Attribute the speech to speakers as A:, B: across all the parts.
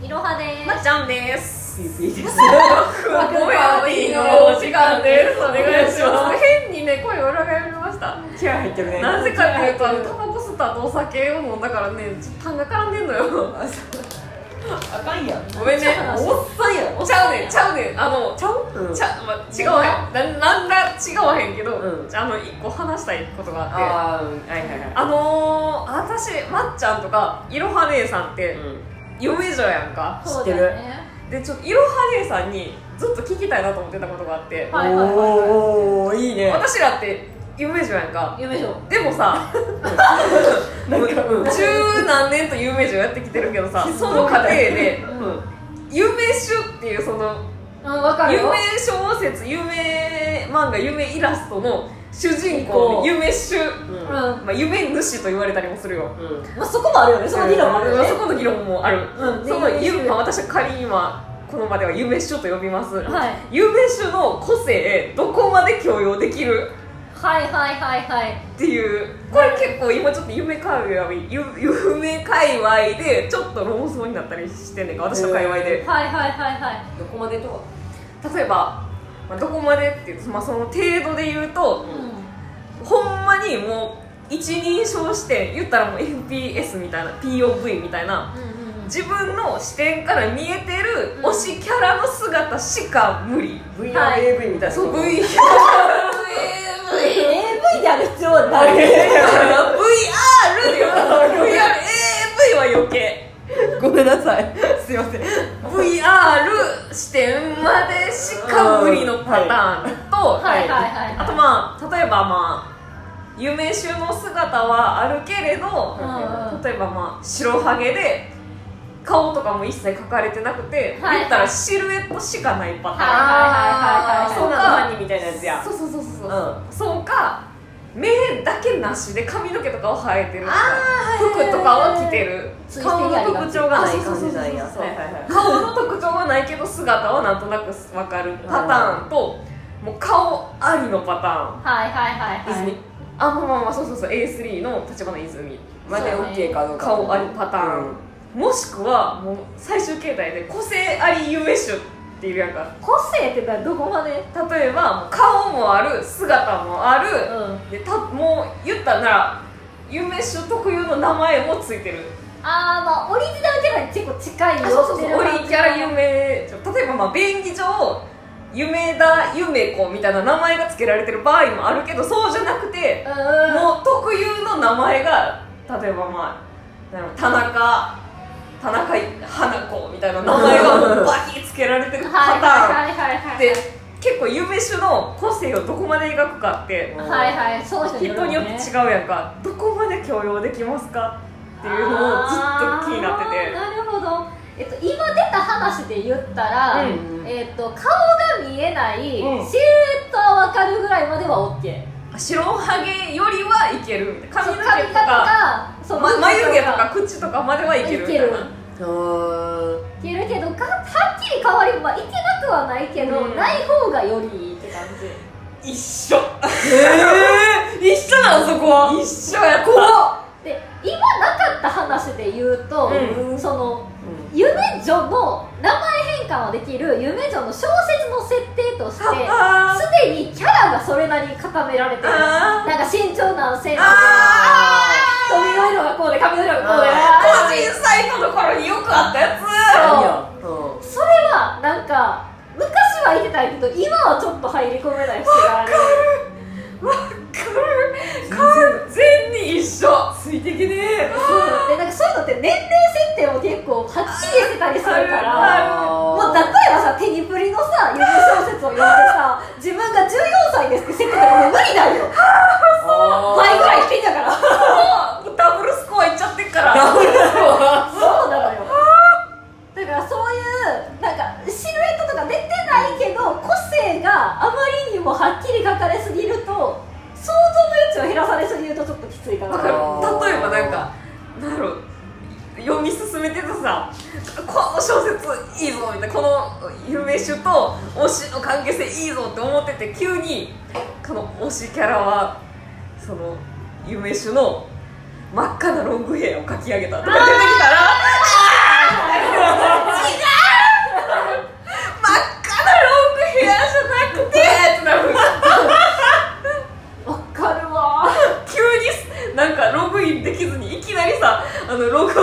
A: いろはです、
B: まっちゃんです。
C: ピーピーです。
B: ごめんおいのお時間です。お願いします。変にね、声裏返りました。
C: 気合入ってるね。
B: なぜかというと、あのタバコ吸った後お酒を飲んだからね、ちょっと痰が絡んでんのよ。
C: あかんやん。
B: ごめんね。
C: おっさんやん。
B: おちゃうねん、ちゃうねん。あの、ちゃう、
C: うん
B: ちゃ、まあ、違わへん。なんなんだ、違わへんけど、
C: うん
B: あの、一個話したいことがあって。
C: ああ、はいはいはい。
B: あのー、私、まっちゃんとか、いろは姉さんって、嫁女やんか。
A: そう
C: 知って
A: だ
C: る
A: よね
B: で、ちょっと、いろは姉さんに、ずっと聞きたいなと思ってたことがあって。
A: はいはいはいはい
C: おお、いいね。
B: 私らって有名人やんか
A: 夢女
B: でもさ
C: なんか、うん。
B: 十何年と有名人をやってきてるけど さ
C: うん
B: その過程で
C: うん。
B: 有名種っていうその
A: うん分かる
B: 有
A: よ
B: 名小説有名漫画有名イラストの主人公
A: こう
B: 有名
C: うん
A: うん
B: 種、
A: ま
B: まあ、有名主と言われたりもするよ
C: うん。
A: あそこもあるよねその議論もあるよ
B: うん
A: ね
B: そこの議論もある、
A: うん
B: その
A: 有名種
B: 有まあ私は仮に今この場では有名種と呼びます、
A: はい
B: 有名種の個性どこまで許容できる
A: はいはいはいはい
B: っていうこれ結構今ちょっと夢界隈ゆ夢界隈でちょっと論争になったりしてんねんか私の界隈で
A: はいはいはいはい
C: どこまでとは。
B: 例えば、まあ、どこまでっていうと、まあ、その程度で言うと
A: う
C: うんん
B: ほんまにもう一人称して言ったらもう FPS みたいな POV みたいな
A: うんうん
B: 自分の視点から見えてる推しキャラの姿しか無理
C: V.
A: は
C: R.
A: い
C: A. V. みたいな。
B: そう V
A: え AV である必要はない
B: VR よ VRAV は余計
C: ごめんなさい。すいません。
B: VR 視点までしか無理のパターンと、
A: はいはいはい
B: あとまあ例えばまあ夢集の姿はあるけれど、
A: うんうん
B: 例えばまあ白ハゲで顔とかも一切描かれてなくて、
A: はい
B: 言ったらシルエットしかないパターン、
A: はいはいはいはいはい
C: そう
B: はい
C: なの、みたいなやつや。
B: そうそうそうそうそう、
C: う
B: そうか目だけなしで髪の毛とかを生えてるとか
A: あーはいはいはい
B: 服とかは着てる
A: ついて
B: 顔
A: やり
B: の
A: が
B: 特
A: ち
B: 徴がない
C: あそう
B: 感
C: そうそうそう
B: じなんやそう
C: はいはいはい
B: 顔の特徴はないけど姿はなんとなく分かるパターンともう顔ありのパターン
A: はいはいはいはい
B: 泉、あまあまあまあそうそうそう A3 の立花泉
C: までオッケーかどうか。
B: 顔ありパターン、もしくはもう最終形態で個性あり夢種っていうやんか
A: 個性って言ったらどこまで
B: 例えばもう顔もある姿もある、
A: うん
B: でたもう言ったなら夢種特有の名前もついてる
A: あーまあオリジナルキャラに結構近いよってい
B: オ
A: う
B: リキャラ夢例えばまあ便宜上夢だ夢子みたいな名前が付けられてる場合もあるけどそうじゃなくて、
A: うん
B: もう特有の名前が例えばまあなんやろ田中田中花子みたいな名前がもうバキつけられてる
A: はい
B: パターン
A: はいはいはいはい
B: で結構夢種の個性をどこまで描くかって
C: うん
A: はいはいその人
B: 人によって違
A: う
B: うやんかどこまで許容できますかっていうのをずっと気になってて
A: なるほど、えっと、今出た話で言ったら、
B: うん
A: えっと、顔が見えない、
B: うん
A: シルエットは分かるぐらいまでは OK
B: 白ハゲよりはいけるみたいな髪の毛とか
A: かそう
B: ま眉毛とか
A: か
B: 口とかまではいけるみたいな
C: うん。
A: いけるけどかはっきり変わりまあいけなくはないけど、
B: うん
A: ない方がよりいいって感じ
B: 一緒
C: ええ、一緒なん、そこは。
B: 一緒や怖っ
A: で今なかった話で言うと、
B: う
A: その夢女の名前変換はできる夢女の小説の設定として
B: あー
A: すでにキャラがそれなりに固められてるな
B: あ
A: んか身長なんせんとか
B: あー
A: 髪の色がこうで髪の色がこうで
B: 個
A: あー
B: 人サイトの頃によくあったやつ
C: 何や。うん。
A: それはなんか昔は言ってたけど今はちょっと入り込めない節がある
B: 完全に一緒
C: ついてきねえ
A: でなんかそういうのって年齢設定も結構はっきりしてたりするから
B: あるある
A: もう例えばさ手にプリのさ夢小説を読んでさ自分が14歳ですって設定とかもう無理だよ倍ぐらい低いんだから
B: もうダブルスコアいっちゃってっから
A: そうなのよだからそういうなんかシルエットとか出てないけど個性があまりにもはっきり書かれすぎると想像の余地を減らされすぎるとちょっときついかな
B: わかる例えばなんかなんだろう読み進めててさこの小説いいぞみたいなこの有名種と推しの関係性いいぞって思ってて急にこの推しキャラはその有名種の真っ赤なロングヘアを描き上げたとか出てきたらあ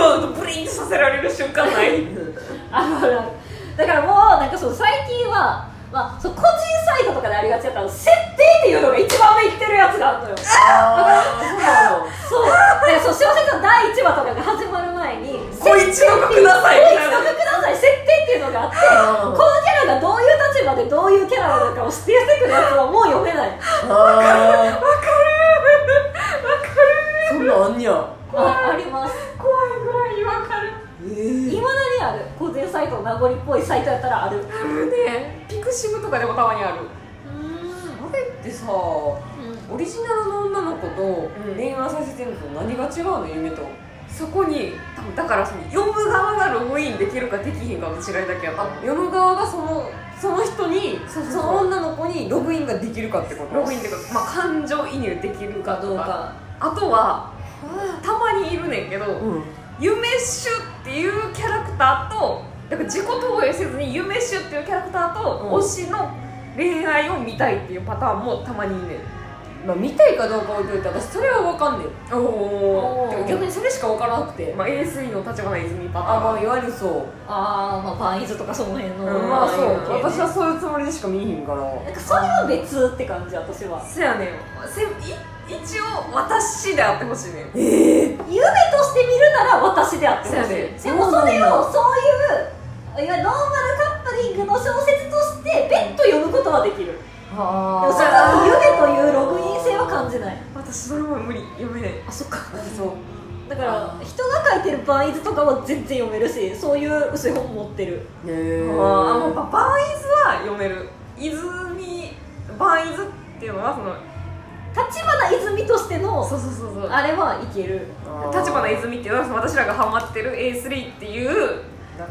A: あるあ
B: る瞬間ない
A: るあるだからもうなんかその最近は、まあ、その個人サイトとかでありがちだったの設定っていうのが一番上いってるやつがあるのよ
C: あー
A: そうでそう小説の第1話とかが始まる前に「
B: ご一読ください
A: ご一読ください」設定っていうのがあって
C: あー
A: このキャラがどういう立場でどういうキャラなのかを指定してくるやつはもう読めない
C: そうなのあーそんなんあんにゃ
A: ああります
B: 怖いぐらいにわかる
C: えー
A: いまだにある個人サイトの名残っぽいサイトやったらあるう
B: あるねピクシブとかでもたまにある
A: ん
B: あれってさオリジナルの女の子
C: う
B: と
C: ん
B: 恋愛させてるのと何が違うの夢とそこに多分だからその読む側がログインできるかできひんかの違いだけやった読む側がそのその人に
C: そうそうそ
B: そ
C: う
B: の女の子にログインができるかってことログインっていうか、まあ、感情移入できるかどうかあとはたまにいるねんけど、
C: うん
B: 夢主っていうキャラクターとだから自己投影せずに夢主っていうキャラクター
C: うん
B: と推しの恋愛を見たいっていうパターンもたまにいんねん
C: まあ見たいかどうか置いといて私それは分かんね
B: お
A: おー
B: お
C: え逆にそれしか分からなくて
B: まあ ASE の立花泉パタ
C: あま
B: ーン
C: あいわゆるそう
A: あーまあパンイズとかその辺の、
B: うん
C: まあそう
B: うん
C: 私はそういうつもりでしか見えへんから
A: なんかそれは別って感じ私は
B: そやねんせい一応私であってほしいねん
A: 夢として見るなら私であってほしい
B: そうやね
A: でもそれをそういういわゆるノーマルカップリングの小説として別途読むことはできるでも
C: あ
A: それは夢というログイン性は感じない
B: 私それも無理読めない
A: あそっか
C: そう
A: だから人が書いてるバンイズとかは全然読めるしそういう薄い本持ってる
C: へえ
B: あーもうババーンイズは読める泉バーンイズっていうのはその
A: 立花泉としての
B: そうそうそうそう
A: あれはいける
B: 立花泉っていうのはその私らがハマってる A3 っていう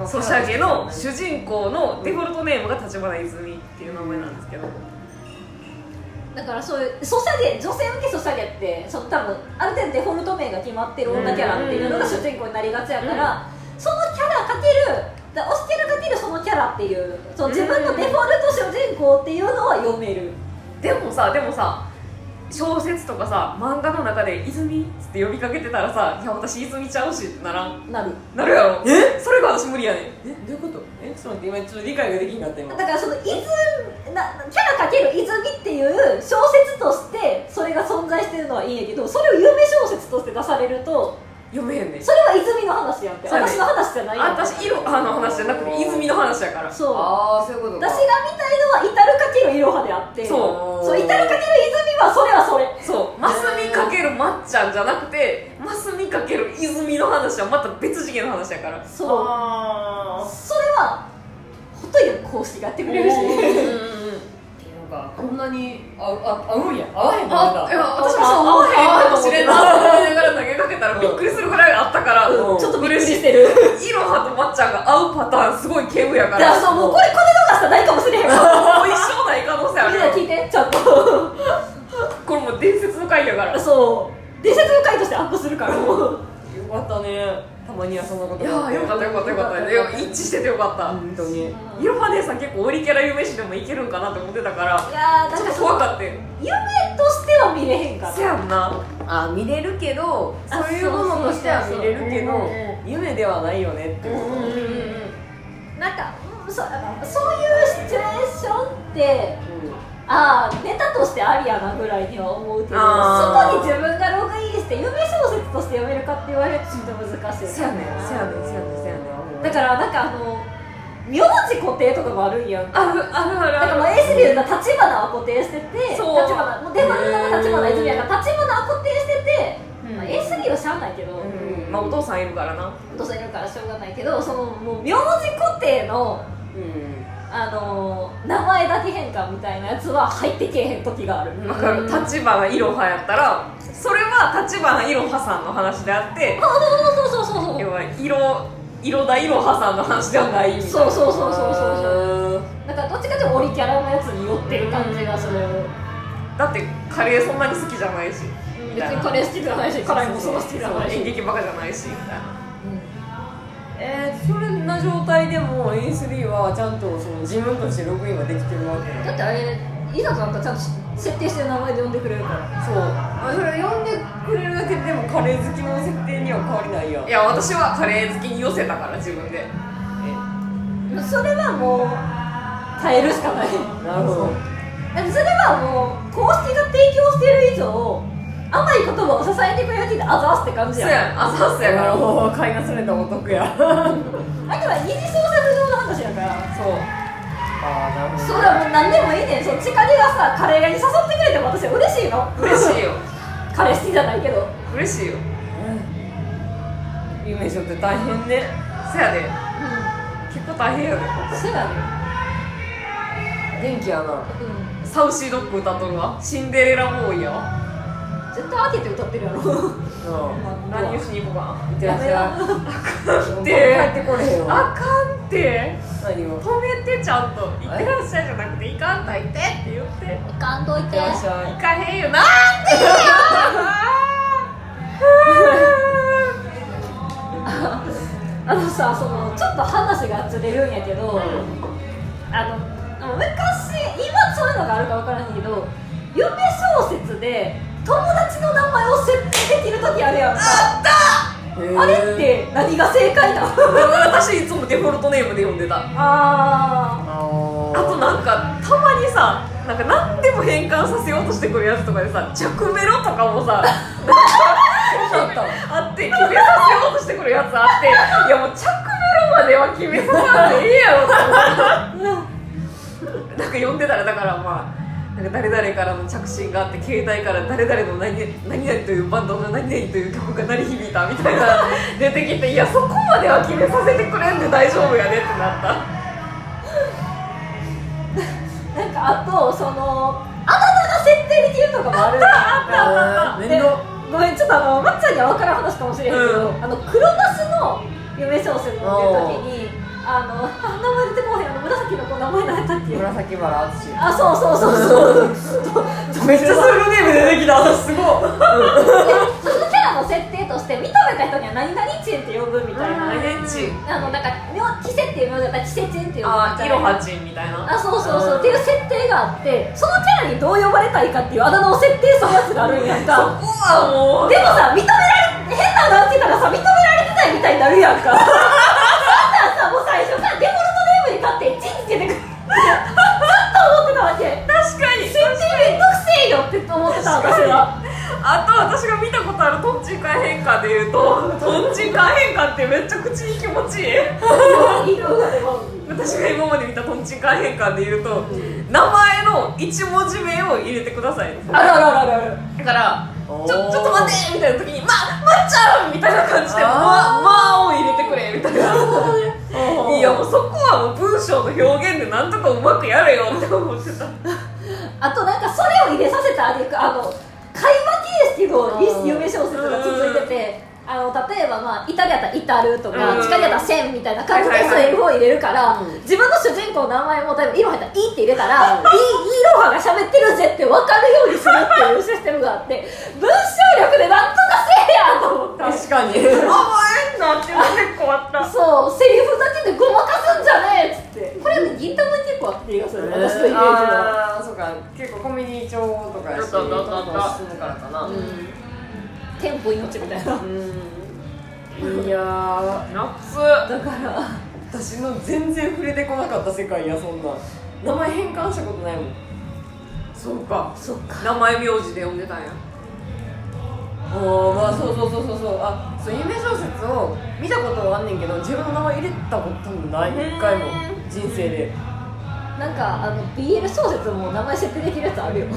B: ソシャゲの主人公のデフォルトネームが立花泉っていう名前なんですけど
A: だからそういうソシャゲ女性向けソシャゲってその多分ある程度デフォルト名が決まってる女キャラっていうのが主人公になりがちやから、そのキャラかけるだ推しキャラかけるそのキャラっていうそう自分のデフォルト主人公っていうのは読める、
B: でもさでもさ小説とかさ漫画の中で「泉」っつって呼びかけてたらさ「いや私泉ちゃうし」ってならん
A: なる
B: なるやろ
C: え
B: それが私無理やねん
C: えどういうことえちょっと待って今ちょっと理解ができなかった今
A: だからその泉なキャラかける泉っていう小説としてそれが存在してるのはいいんやけどそれを夢小説として出されると
B: 読めへんねん
A: それは泉の話やんって
B: そうやね
A: 私の話じゃないやん
B: 私色あの話じゃなくて泉の話やから
A: そう
C: ああそういうこと
A: 私が見たいのは至るかけるいろはであって
B: そう
A: そう至るかける泉はそれはそれ
B: そうマスミかけるまっちゃんじゃなくてマスミかける泉の話はまた別次元の話やから
A: そう
C: あ
A: それはほとんど講師がやってくれるし
C: あなんかこんなにああ合うんや合わへんのなん
B: あ
C: だ
B: いや私もそう思わへんかもしれんなと思いながら投げかけたらびっくりするぐらいあったから、
A: う
C: うん ん
A: ちょっとびっくりしてる
B: イロハとまっちゃんが合うパターンすごい稀有や
A: だ
B: か
A: かららそうもうこれこれ逃したらないかもしれへんわ
B: もう一生ない可能性あ
A: みん
B: る
A: な
B: よ
A: 聞いてちょっと
B: これもう伝説の回やからい
A: そう伝説の回としてアップするからもう
C: よかったねたまにはそんなこと
B: やーよかったよかったよかったいや一致しててよかった、
C: 本当に
B: イロハ姉さん結構オリキャラ夢師でもいけるんかなと思ってたか
A: い
B: ら
A: やーだ
B: ち
A: か
B: ょ
A: ら
B: っと
A: そ
B: 怖
A: の
B: かったよ
A: 夢としては見れへんから
B: せやんな
C: あ見れるけど
A: あ
C: そういうものとしては見れるけど
B: そうそうそう
C: 夢ではないよねってこと
B: うんうんうん
A: なんかうんそそういうシチュエーションってああネタとしてありやなぐらいには思うけど
B: あー
A: そこに自分がログインして夢小説として読めるかって言われるとちょっと難しい
B: せやねんせやねんせやねんせやねん
A: だからなんかあの名字固定とかもあるんやん
B: あるあるある
A: なんかもう
B: あ
A: A
B: る
A: シリーズが立花は固定してて立
B: そう
A: 花もう出番の立花泉やから立花は固定してて、
B: うん
A: まあ、A シリーズはしゃあないけど、
B: うんまあお父さんいるからな
A: お父さんいるからしょうがないけどそのもう名字固定の
C: うん
A: あのー名前だけ変換みたいなやつは入ってけえへん時がある
B: わかる立花いろはやったらそれは立花いろはさんの話であって
A: そうそうそうそうそう
B: 要は色色だいろはさんの話ではないみたいな
A: そうそうそうそうそう
C: う
A: だからどっちかというとオリキャラのやつに寄ってる感じがする
B: だってカレーそんなに好きじゃないし
A: 別にカレー好きじゃないし辛いもんそんな好きじゃないし
B: そう演劇バカじゃないしみたいな
C: えー、それな状態でも A3 はちゃんとその自分としてログインができてるわけ
A: だってあれいざとなったらちゃんとし設定してる名前で呼んでくれるから
C: そうあそれ呼んでくれるだけでもカレー好きの設定には変わりないやん
B: いや私はカレー好きに寄せたから自分で
A: それはもう変えるしかない
C: えなるほど
A: でもそれはもう公式が提供してる以上甘い言葉を支えてくれるってあざわすって感じ
B: そう
A: やん
B: やん朝朝やからそう
C: おー買い忘れたお得や
A: あ
C: あ
A: くまで二次創作上の話やから
C: あなるほ
A: それはもう何でもいいねんそのチカリがさカレー屋に誘ってくれても私は嬉しいの
B: 嬉しいよ
A: カレー好きじゃないけど
B: 嬉しいよ
C: 有名所って大変ね
B: そやで
A: う
B: 結構大変やで
A: んそうやね
C: 元気やな
A: うん
B: サウシードッグ歌っとるわシンデレラボーイやわ
A: 絶対開けて歌ってるやろ
B: 何をしに行こうか
C: いってらっしゃ
B: な
C: い帰
B: で
C: ってこれへん
B: あ
C: わ
B: かんって
C: 何をいっ
B: 止めてちゃんと「いってらっしゃい」じゃなくて「いかんといて」って言って
A: いかんとい
C: て
A: て
C: らっし
B: 「
C: ゃい
B: いかへんよなんでよ!
A: あのさそのちょっと話がずれるんやけど、あの昔今そういうのがあるか分からんけど夢小説で友達の名前を設定できる時あるやんかあれっ
C: へー
A: て何が正解なの
B: 私いつもデフォルトネームで呼んでた あ
A: あ
C: あ
B: となんかたまにさなんか何でも変換させようとしてくるやつとかでさ「着メロ」とかも さ
C: そうだったわ
B: あって決めさせようとしてくるやつあっていやもう着メロまでは決めさせないでいいやろって思ってなんか呼んでたらだからまあなんか誰々からの着信があって携帯から誰々の何何々というバンドの何々という曲が鳴り響いたみたい な出てきていやそこまでは決めさせてくれんで大丈夫やねってなった
A: ーなんかあとそのあだ名が設定できるとかもあるやん
C: あー面
A: で
C: 倒
A: ごめんちょっとあのまっちゃんには分からん話かもしれへんけど、
B: う
A: あの黒ナスの夢小説の時にあのあ名前出てこうへんあの紫の子名前何やったっけ
C: 紫原敦
A: あそうそうそうそう
C: めっちゃソウルネーム出てきたすごい
A: でそのキャラの設定として認めた人には何々チェンって呼ぶみたいな、
B: アレンジ
A: あのなんか妙キセっていう名字だったらキセチェンって呼ぶみたい
B: あ
A: な
B: ーイロハチンみたいな
A: あそうそうそう、
C: うん
A: っていう設定があってそのキャラにどう呼ばれたいかっていうあだ名を設定するやつがあるんやんか
B: うわもう
A: でもさ、認められ変な話してたらさ、認められてないみたいになるやんか。そんなんさ、もう最初さ、デフォルトネームに勝手にチンつけてくる。ずっ と思ってたわけ。
B: 確かに
A: 設定めんどくせえよって思ってた私 は。
B: あと私が見たことあるトンチンカン変化でいうとトンチンカン変化ってめっちゃ口に気持ちいい
A: いろいろでも
B: 私が今まで見たトンチンカン変化でいうと名前の1文字目を入れてください
A: あるあるあるあるある。
B: だからち
C: お
B: ょ
C: ー
B: ちょっと待ってみたいな時に「ままっちゃん!」みたいな感じで「ま
C: あー
B: ま」を入れてくれみたいないやもうそこはもう文章の表現でなんとかうまくやれよって思ってた
A: あとなんかそれを入れさせたあげくあの会話形式の
C: うん
A: 夢小説が続いてて、あの例えば、まあ、イタリアだったら「イタル」とか、
B: うん
A: チカリアだったら「セン」みたいな感じで
B: はい
A: そ
B: はいはい
A: れを入れるから、
C: うん
A: 自分の主人公の名前も例えば「イロハ」だったら「イ」って入れたら「イ」イロハが喋ってるぜって分かるようにするっていうシステムがあって文章力でなんとかせえやと思った
C: 確かに
B: 「あえんな」っていうの結構あった
A: そうセリフだけでごまかすんじゃねえっつってこれね銀玉に結構あってる気がする私のイメージは。
C: ああーそうか結構コミュニティ情報とかやし
B: だだだだだ
C: 進むからかな
A: うんテンポ命みたいな
C: うんいやー
B: 夏
A: だから
C: 私の全然触れてこなかった世界やそんな名前変換したことないもん
B: そうか
A: そっか
B: 名前名字で呼んでたんや
C: おーまあそうそうそうそうそうあそう有名小説を見たことはあんねんけど自分の名前入れたことない
B: へー
C: 一回も人生で
A: なんかあの BL 小説も名前設定できるやつあるよ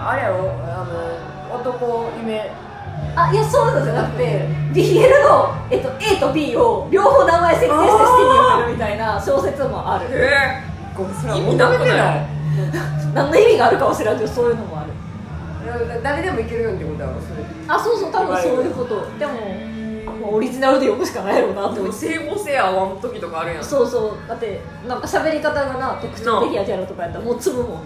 C: あれやろあの男夢
A: あいやそういうのじゃなくて BL の、えっと、A と B を両方名前設定して好きに読めるみたいな小説もある
B: え
C: こうそれは
B: 意味なくない
C: 求めてない
A: 何の意味があるかもしれないけどそういうのもある
C: うん誰でもいけるよってことやろそれ
A: あそうそう多分そういうことでも、まあオリジナルで読むしかないやろうな
B: ー、
A: と
B: で
A: 思
B: も
A: って
B: 整合性合わん時とかあるやん
A: そうそうだってなんか喋り方がな特徴的やキャラとかやったらもうつぶもんな
B: う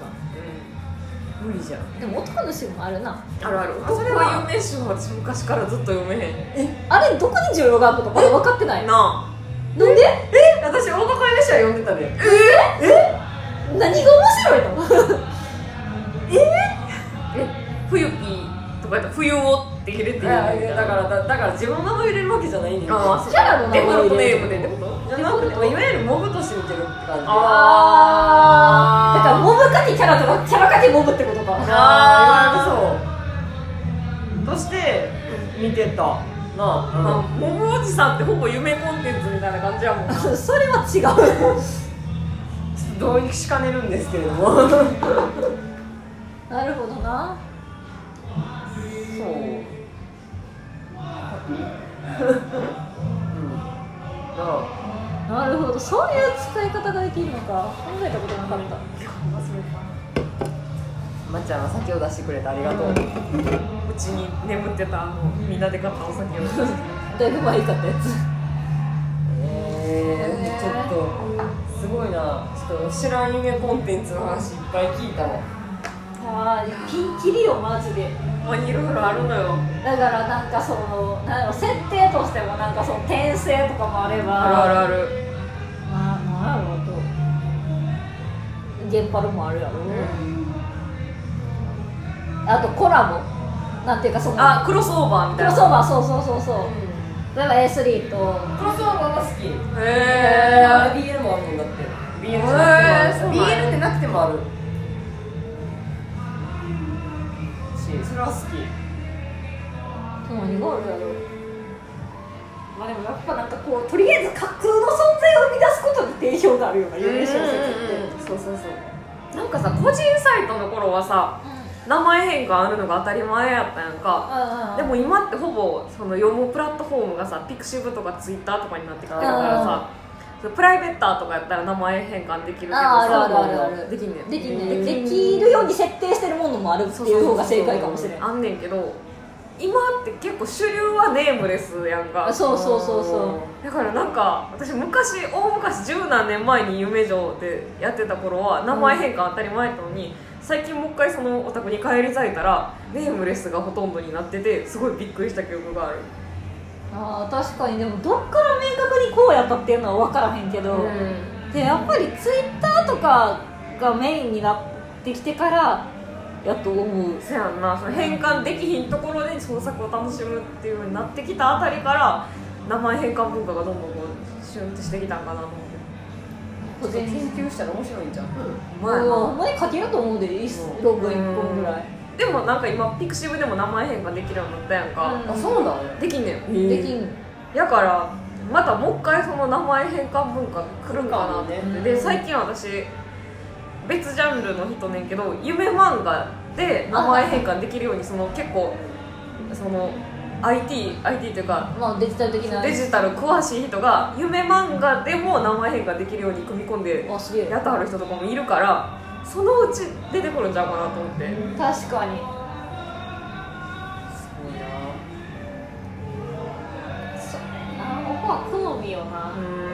C: 無理じゃん
A: でも男のシーンもあるなん
B: あるある
C: そ
B: そ
C: れ
B: れ
C: は
B: は有名詞は私昔からずっと読めへん
A: あれどこに需要があるのかまだ分かってないな
B: なあ
A: んで
C: 私大阪有名詞は読んでたで
A: 何が面白いの
B: 冬をって入れていい
C: いやいやだからだだから自分の名前入れるわけじゃないねん
B: ああそ う
A: キャラの
B: デ
A: 名
B: フ
A: 前
B: ォルトネー
C: 入れる
B: ムでってこと
C: じゃなくていわゆるモブとして見てるって感じ
A: だから
B: あ
A: モブかけキャラとかキャラかけモブってことか
C: あそうとして見てたな
B: ーまあ
C: あ、
B: モブおじさんってほぼ夢コンテンツみたいな感じやもんな
A: それは違う
C: うん、ちょっと同意しかねるんですけれどもそう
A: なるほどな
C: ハッピーうんな
A: なるほどそういう使い方ができるのか考えたことなかった
C: あまっちゃんが酒を出してくれてありがとう、
B: うちに眠ってたあのみんなで買ったお酒を
A: だいぶ前に買ったやつ
C: えー、ちょっとすごいなちょっと知らん夢コンテンツの話いっぱい聞いたわ
A: ああピンキリよマジで
B: まあいろいろあるのよ
A: だからなんかそのなんやろ設定としてもなんかその転生とかもあれば
B: あるある
A: まあなんやろあとゲンパルもあるやろ、あとコラボなんていうかその
B: あクロスオーバーみ
A: ク
B: たい
A: ロ
B: な
A: スオーバーそうそうそうそう例えば A3 と
C: クロスオーバーが好き
B: へー
C: BL もあるんだって BL じゃな
B: へー
C: くてもある BL ってなくてもあるしそれは好き
A: その2ゴールやろまあでもやっぱなんかこうとりあえず架空の存在を生み出すことに定評があるような有名小説って
B: うんうんうんそうそうそうなんかさ個人サイトの頃はさ名前変換あるのが当たり前やったやんかでも今ってほぼその読むプラットフォームがさピクシブとかツイッターとかになってきてるからさそのプライベーターとかやったら名前変換できるけど
A: ああるある
B: さ
A: あるある
B: できんねん
A: でき,、
C: う
A: ね、
C: ん
A: できるように設定してるものもあるっていう方が正解かもしれない
B: あんねんけど今って結構主流はネームレスやんか
A: そうそうそうそう
B: だからなんか私昔大昔十何年前に夢城でやってた頃は名前変換当たり前やったのに、最近もう一回そのお宅に帰り咲いたらネームレスがほとんどになっててすごいびっくりした記憶がある
A: あー確かにでもどっから明確にこうやったっていうのは分からへんけど、でやっぱりツイッターとかがメインになってきてからやと思う
B: そやんなその変換できひんところで創作を楽しむっていうふうになってきたあたりから名前変換文化がどんどんこうシュンってしてきたんかなと思って
A: 個人
C: 研究したら面白いんじゃん
B: うまいな
A: ほんまに書けると思うでいいっす
C: うん
A: ログ1本ぐらい
B: でもなんか今ピクシブでも名前変換できるようになったやんか、
A: うん
C: あそうなの
B: できんねん
A: できん
B: やからまたもう一回その名前変換文化が来るんかなって、
C: うん
B: で最近私別ジャンルの人ねんけど夢漫画で名前変換できるようにその結構その IT, IT というか
A: まあデジタル的な
B: デジタル詳しい人が夢漫画でも名前変換できるように組み込んで
A: あすげえ
B: やってはる人とかもいるからそのうち出てくるんちゃうかなと思って、
A: 確かに
C: すごいな
A: そうあーここは好みよな
B: う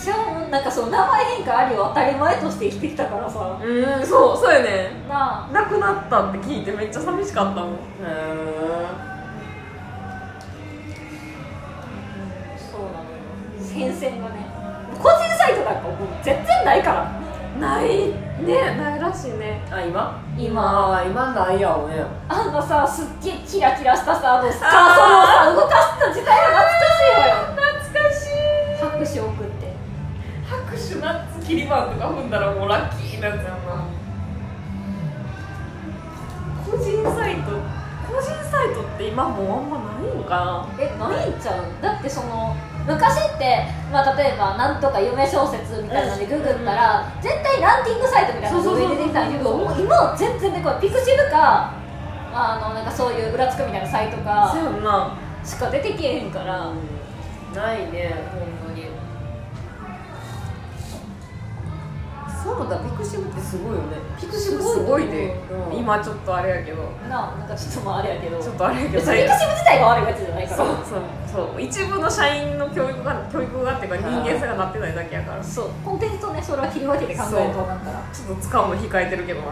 A: 私はもうなんかその名前変化ありを当たり前として生きてきたからさ
B: んうんそうそうやねん
A: なあ
B: なくなったって聞いてめっちゃ寂しかったもん
C: へえ
A: そうなのよ変遷がね個人サイトなんかもう全然ないから
B: ないねないらしいね
C: あ今
A: 今
C: あー今ないやろね
A: あんなさすっげえキラキラしたさあのカーソルをさ動かした時代は
B: 懐かしい
A: 懐かしいよ拍手送って
B: 拍手ナッツ切りバンとか踏んだらもうラッキーなやつやな個人サイト個人サイトって今もうあんまないんか
A: えないんちゃうだってその昔って、まあ、例えばなんとか夢小説みたいなのでググったら、絶対ランキングサイトみたいなのが上に出てきたんだけど
B: そう
A: もう今は全然でこいピクシブかあのなんかそういう裏つくみたいなサイト
B: な
A: か
B: やんな
A: しか出てきえへんから
C: ないね本当にそうだピクシブってすごいよね
A: ピク
B: すごいで
C: うん
B: 今ちょっとあれやけど
A: なあなんかちょっとまああれやけど
B: ち
A: 別
B: ょっ
A: に
B: とあれやけ
A: ピク
B: ど
A: シブ自体が悪いやつじゃないか
B: そう
A: ら
B: そうそう一部の社員の教育が教育がっていうか人間性がなってないだけやからち
A: そうコンテンツとねそれは切り分けて考えるとなんから
B: ょっと使うの控えてるけどな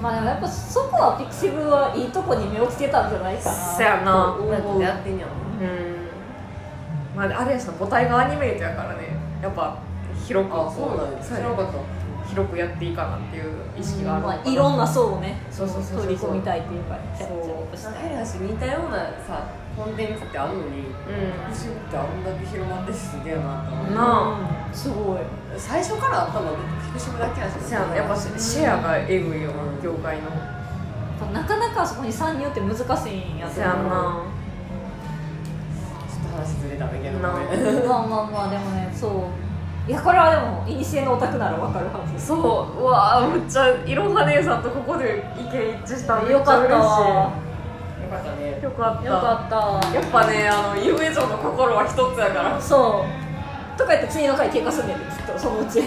A: まあでもやっぱそこはピクシブはいいとこに目をつけたんじゃないかな
B: せやな
A: と思う
C: やってんやろ
B: うんまあ、あれやしな母体がアニメートやからねやっぱ広く
C: あそうなんや知らなかった
B: 広くやっていいかなっていう意識があるのか
A: まあ、いろんな層をね
B: そうそうそうそう
A: 取り込みたいっていうかジ
B: そ
A: ャ
B: う
A: ブジャブした
C: 変な話似たようなさコンテンツってあるの
B: う
C: に
B: ん
C: シってあんだけ広まってすげえなと思って
B: な
A: うんすごい
C: 最初からあったのは福島だけやし
B: せやなやっぱシシェアがえぐいよな業界の
A: なかなかそこに参入って難しいんやと
B: せやん
A: 思う
B: な
C: ちょっと話ずれたんだけど
B: な
C: ごめん
A: まあまあまあでもねそういやこれはでも古のオタクならわかるはず
B: そううわあむっちゃいろは姉さんとここで意見一致したの
A: よかった
B: めち
A: わ
B: ゃ
C: よかったね
B: 嬉しいよかった
A: よかった
B: やっぱねあの夢城の心は一つやから
A: そうとか言って次の回喧嘩すんねんできっとそのう ち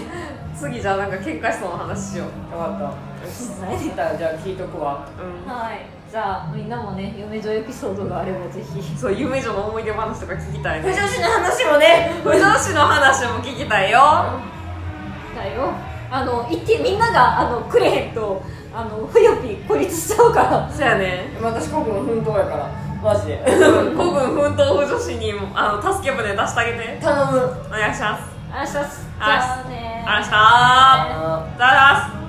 B: 次じゃあなんか喧嘩しそうな話しよう
C: よかった聞いたらじゃあ聞いとくわ
B: う
A: はいじゃあみんなもね夢女エピソードがあればぜひ
B: んそう夢女の思い出話とか聞きたいね
C: 市の話もね
B: 不女子の話も聞きたいよ
A: だよあの行ってみんながあのくれへんとあのふよぴ孤立しちゃうから
B: そうやね
C: 私国の奮闘やからマジで
B: 古軍奮闘不女子にもあの助け舟出してあげて
C: 頼む
B: お願いします
A: あらっしゃっすじゃあね
B: ありがとうございました
C: あ
B: ありがとうございます